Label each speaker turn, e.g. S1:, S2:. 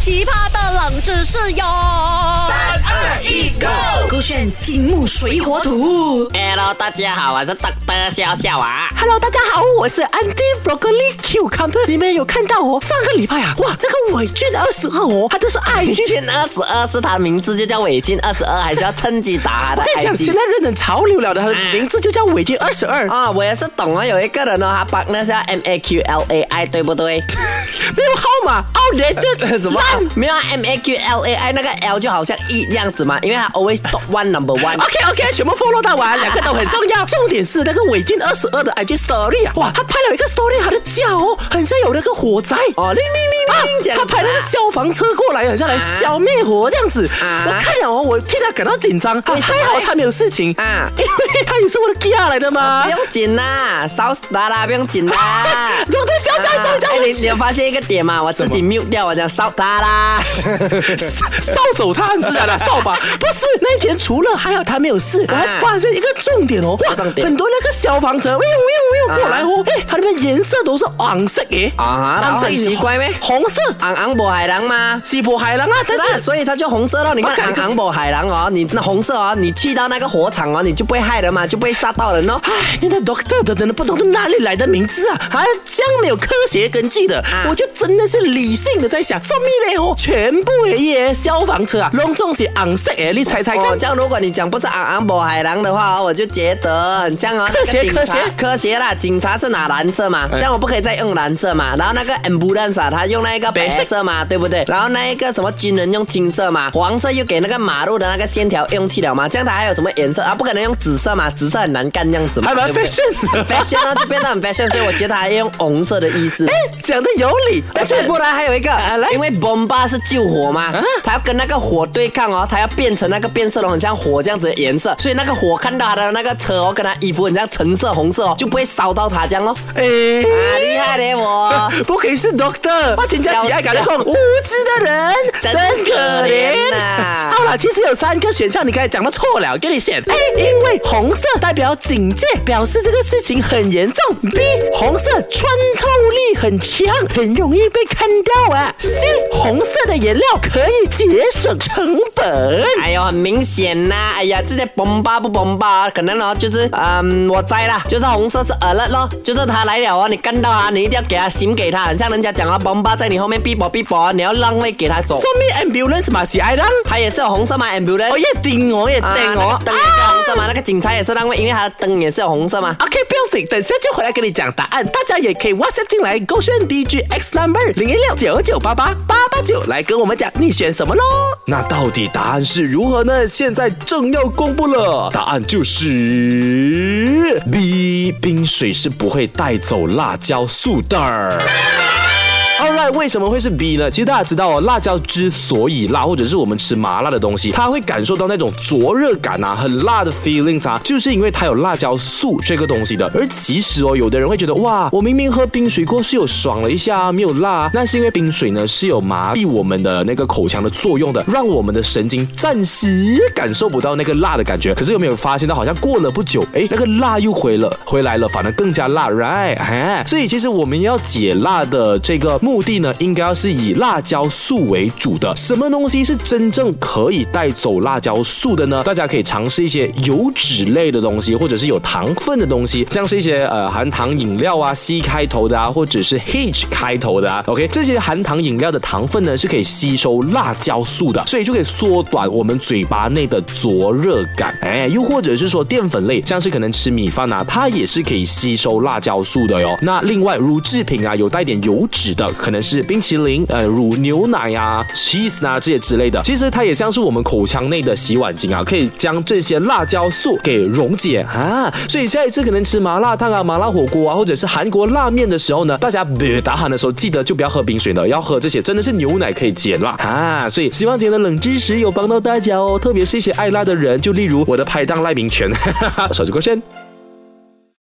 S1: 奇葩的冷知识哟！三
S2: 二一，Go！
S1: 勾选金木水火土。
S3: Hello，大家好，我是德德笑笑啊。
S2: Hello，大家好，我是 Andy Broccoli Cucumber。你们有看到哦？上个礼拜啊，哇，那个伟俊二十二哦，他这是爱
S3: 你
S2: 剧。
S3: 俊二十二是他名字就叫伟俊二十二，还是要趁机打他的
S2: 我跟你哎讲，现
S3: IG
S2: 在日本潮流了的，他的
S3: 啊
S2: 名字就叫伟俊二十二。
S3: 啊、我也是懂啊，有一个人哦，他帮那叫 M A Q L A I，对不对？
S2: 没有号码，outdated，
S3: 怎么
S2: 烂
S3: 没有 M A Q L A I 那个 L 就好像 E 这样子嘛？因为他 always top one number one。
S2: OK OK，全部 follow 到 完，两个都很重要。重点是那个伟俊二十二的 IG story 啊，哇，他拍了一个 story，他的脚哦，很像有那个火灾
S3: 哦，铃铃
S2: 啊
S3: 铃铃，这样子
S2: 他
S3: 啊
S2: 派那个消防车过来，很像来消灭火这样子。
S3: 啊
S2: 我看了哦，我替他感到紧张，啊
S3: 为什么
S2: 还
S3: 嘞
S2: 好他没有事情
S3: 啊
S2: 因为他也是我的 Gia 来的嘛。
S3: 不。用紧啦，烧死他啦，不用紧啦
S2: 有的小小小 小
S3: 哎你
S2: 委
S3: 你
S2: 屈
S3: 有，发现一个点吗？我自己 mute 掉，我讲烧他啦。
S2: 扫帚他是 假的扫把，不是那一天除了还好他没有事，我还发现一个重点哦，哇，
S3: 啊重点
S2: 很多那个消防车，喂喂喂过来哦，哎，它那边颜色都是黄色诶，
S3: 啊然后很奇怪咩
S2: 红色
S3: 昂昂博海狼吗？
S2: 西伯海狼啊，
S3: 是
S2: 但
S3: 啊，
S2: 是
S3: 所以它就红色咯。你看
S2: 我感
S3: 昂
S2: 觉
S3: 昂博海狼哦，你那红色哦，你去到那个火场哦，你就不会害人嘛，就不会杀到人哦。
S2: 唉，那个 Doctor 的人不懂
S3: 嗯
S2: 哪里来的名字啊，还这样没有科学根据的，
S3: 啊
S2: 我就真的是理性的在想，什么嘞哦，全部的耶消防车啊，隆重是红色诶，你猜猜看
S3: 哦，，这样如果你讲不是昂昂博海狼的话哦，我就觉得很像哦。
S2: 科学
S3: 那个警察
S2: 科学哎
S3: 科学啦，警察是拿蓝色嘛，这样我不可以再用蓝色嘛。然后那个 ambulance 啊，他用那一个白
S2: 白色
S3: 色嘛，对不对？然后那一个什么军人用金色嘛，黄色又给那个马路的那个线条用去了嘛，这样它还有什么颜色啊？不可能用紫色嘛，紫色很难干这样子嘛，
S2: 还
S3: 对
S2: 蛮
S3: 不对
S2: fashion 的
S3: fashion 呢就变得很 fashion，所以我觉得还用红色的意思。
S2: 哎，讲的有理，
S3: 而
S2: 但是
S3: 且啊不然还有一个
S2: 啊来，
S3: 因为 bomba 是救火嘛，它要跟那个火对抗哦，它要变成那个变色龙，很像火这样子的颜色，所以那个火看到它的那个车哦，跟它衣服很像橙色、红色哦，就不会烧到它这样咯。
S2: 哎
S3: 啊，厉害嘞我！
S2: 不可以是 Doctor，我请假喜爱感到无知的人
S3: 真
S2: 真
S3: 可
S2: 可
S3: 怜啊
S2: 怜
S3: 呐
S2: 好了，其实有三个选项，你刚才讲的错了，给你选 A，因为红色代表警戒，表示这个事情很严重；B，红色穿透力很强，很容易被看到啊；C，红色的颜料可以节省成本。
S3: 哎呦，很明显呐、哎呀，这些 bomba 不 bomba，啊可能哦，就是嗯，我猜啦，就是红色是 alert 咯，就是它来了哦，你看到它，你一定要给它醒给它，很像人家讲啊，bomba 在你后面 b 啵 b 啵，你要让位给它走。
S2: 说明 ambulance 嘛，喜爱哦让，
S3: 它也是有红色嘛，ambulance
S2: 我。也顶我也顶
S3: 啊那
S2: 我
S3: 个。灯也是红色嘛，那个警察也是让位，因为他的灯也是有红色嘛。
S2: OK，不用紧，等下就回来跟你讲答案。大家也可以 WhatsApp 进来，勾选 DGX number 零一六九九八八八八九来跟我们讲你选什么喽。那到底答案是如何呢？现在正要公布了，答案就是 B，冰水是不会带走辣椒素的儿。Alright，为什么会是 B 呢？其实大家知道哦，辣椒之所以辣，或者是我们吃麻辣的东西，它会感受到那种灼热感啊，很辣的 feelings 啊，就是因为它有辣椒素这个东西的。而其实哦，有的人会觉得哇，我明明喝冰水过是有爽了一下啊，没有辣啊，那是因为冰水呢是有麻痹我们的那个口腔的作用的，让我们的神经暂时感受不到那个辣的感觉。可是有没有发现到，好像过了不久，哎，那个辣又回了，回来了，反而更加辣，right？哎，所以其实我们要解辣的这个目的呢，应该要是以辣椒素为主的。什么东西是真正可以带走辣椒素的呢？大家可以尝试一些油脂类的东西，或者是有糖分的东西，像是一些呃含糖饮料啊，C 开头的啊，或者是 H 开头的啊。OK，这些含糖饮料的糖分呢是可以吸收辣椒素的，所以就可以缩短我们嘴巴内的灼热感。哎，又或者是说淀粉类，像是可能吃米饭啊，它也是可以吸收辣椒素的哟。那另外乳制品啊，有带点油脂的，可能是冰淇淋、呃乳牛奶啊、cheese 啊这些之类的。其实它也像是我们口腔内的洗碗巾啊，可以将这些辣椒素给溶解啊。所以下一次可能吃麻辣烫啊、麻辣火锅啊，或者是韩国辣面的时候呢，大家别打喊的时候，记得就不要喝冰水了，要喝这些真的是牛奶可以解辣啊。所以希望今天的冷知 识有帮到大家哦，特别是一些爱辣的人，就例如我的拍档赖明全，手指过线。